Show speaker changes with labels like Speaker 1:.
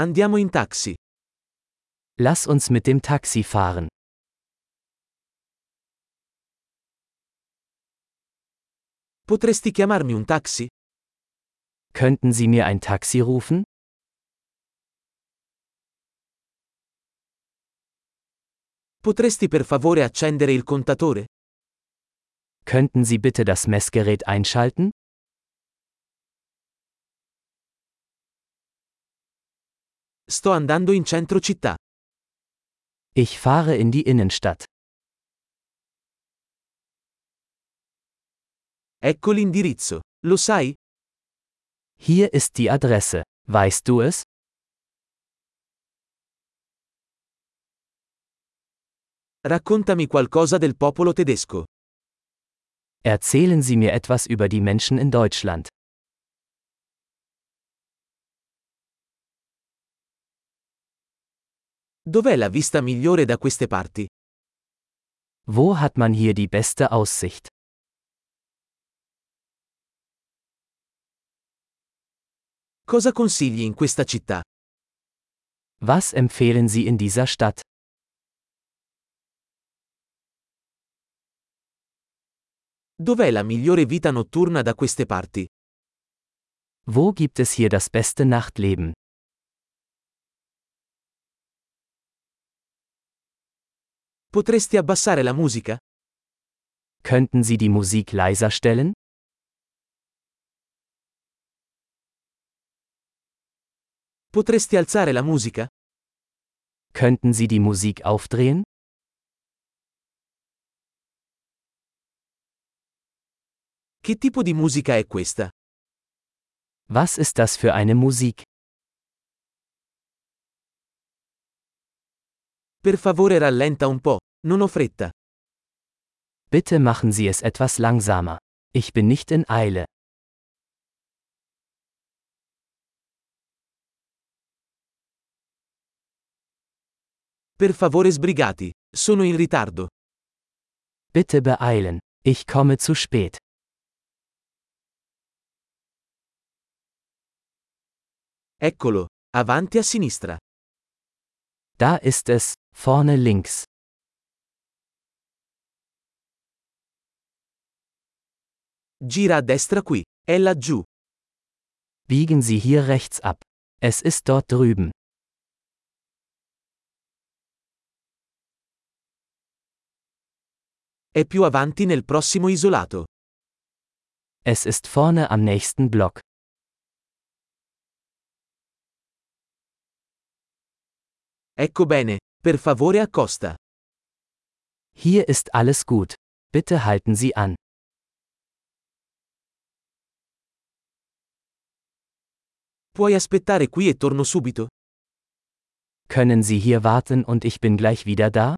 Speaker 1: Andiamo in taxi.
Speaker 2: Lass uns mit dem Taxi fahren.
Speaker 1: Potresti chiamarmi un taxi?
Speaker 2: Könnten Sie mir ein Taxi rufen?
Speaker 1: Potresti per favore accendere il contatore?
Speaker 2: Könnten Sie bitte das Messgerät einschalten?
Speaker 1: Sto andando in centro città.
Speaker 2: Ich fahre in die Innenstadt.
Speaker 1: Ecco l'indirizzo. Lo sai?
Speaker 2: Hier ist die Adresse. Weißt du es?
Speaker 1: Raccontami qualcosa del popolo tedesco.
Speaker 2: Erzählen Sie mir etwas über die Menschen in Deutschland.
Speaker 1: Dov'è la vista migliore da queste parti?
Speaker 2: Wo hat man hier die beste Aussicht?
Speaker 1: Cosa consigli in questa città?
Speaker 2: Was empfehlen Sie in dieser Stadt?
Speaker 1: Dov'è la migliore vita notturna da queste parti?
Speaker 2: Wo gibt es hier das beste Nachtleben?
Speaker 1: Potresti abbassare la musica?
Speaker 2: Könnten Sie die Musik leiser stellen?
Speaker 1: Potresti alzare la musica?
Speaker 2: Könnten Sie die Musik aufdrehen?
Speaker 1: Che tipo di musica è questa?
Speaker 2: Was ist das für eine Musik?
Speaker 1: Per favore rallenta un po', non ho fretta.
Speaker 2: Bitte machen Sie es etwas langsamer. Ich bin nicht in Eile.
Speaker 1: Per favore sbrigati, sono in ritardo.
Speaker 2: Bitte beeilen. Ich komme zu spät.
Speaker 1: Eccolo, avanti a sinistra.
Speaker 2: Da ist es, vorne links.
Speaker 1: Gira a destra qui, è laggiù.
Speaker 2: Biegen Sie hier rechts ab. Es ist dort drüben.
Speaker 1: È più avanti nel prossimo isolato.
Speaker 2: Es ist vorne am nächsten Block.
Speaker 1: Ecco bene, per favore accosta.
Speaker 2: Hier ist alles gut. Bitte halten Sie an.
Speaker 1: Puoi aspettare qui e torno subito?
Speaker 2: Können Sie hier warten und ich bin gleich wieder da?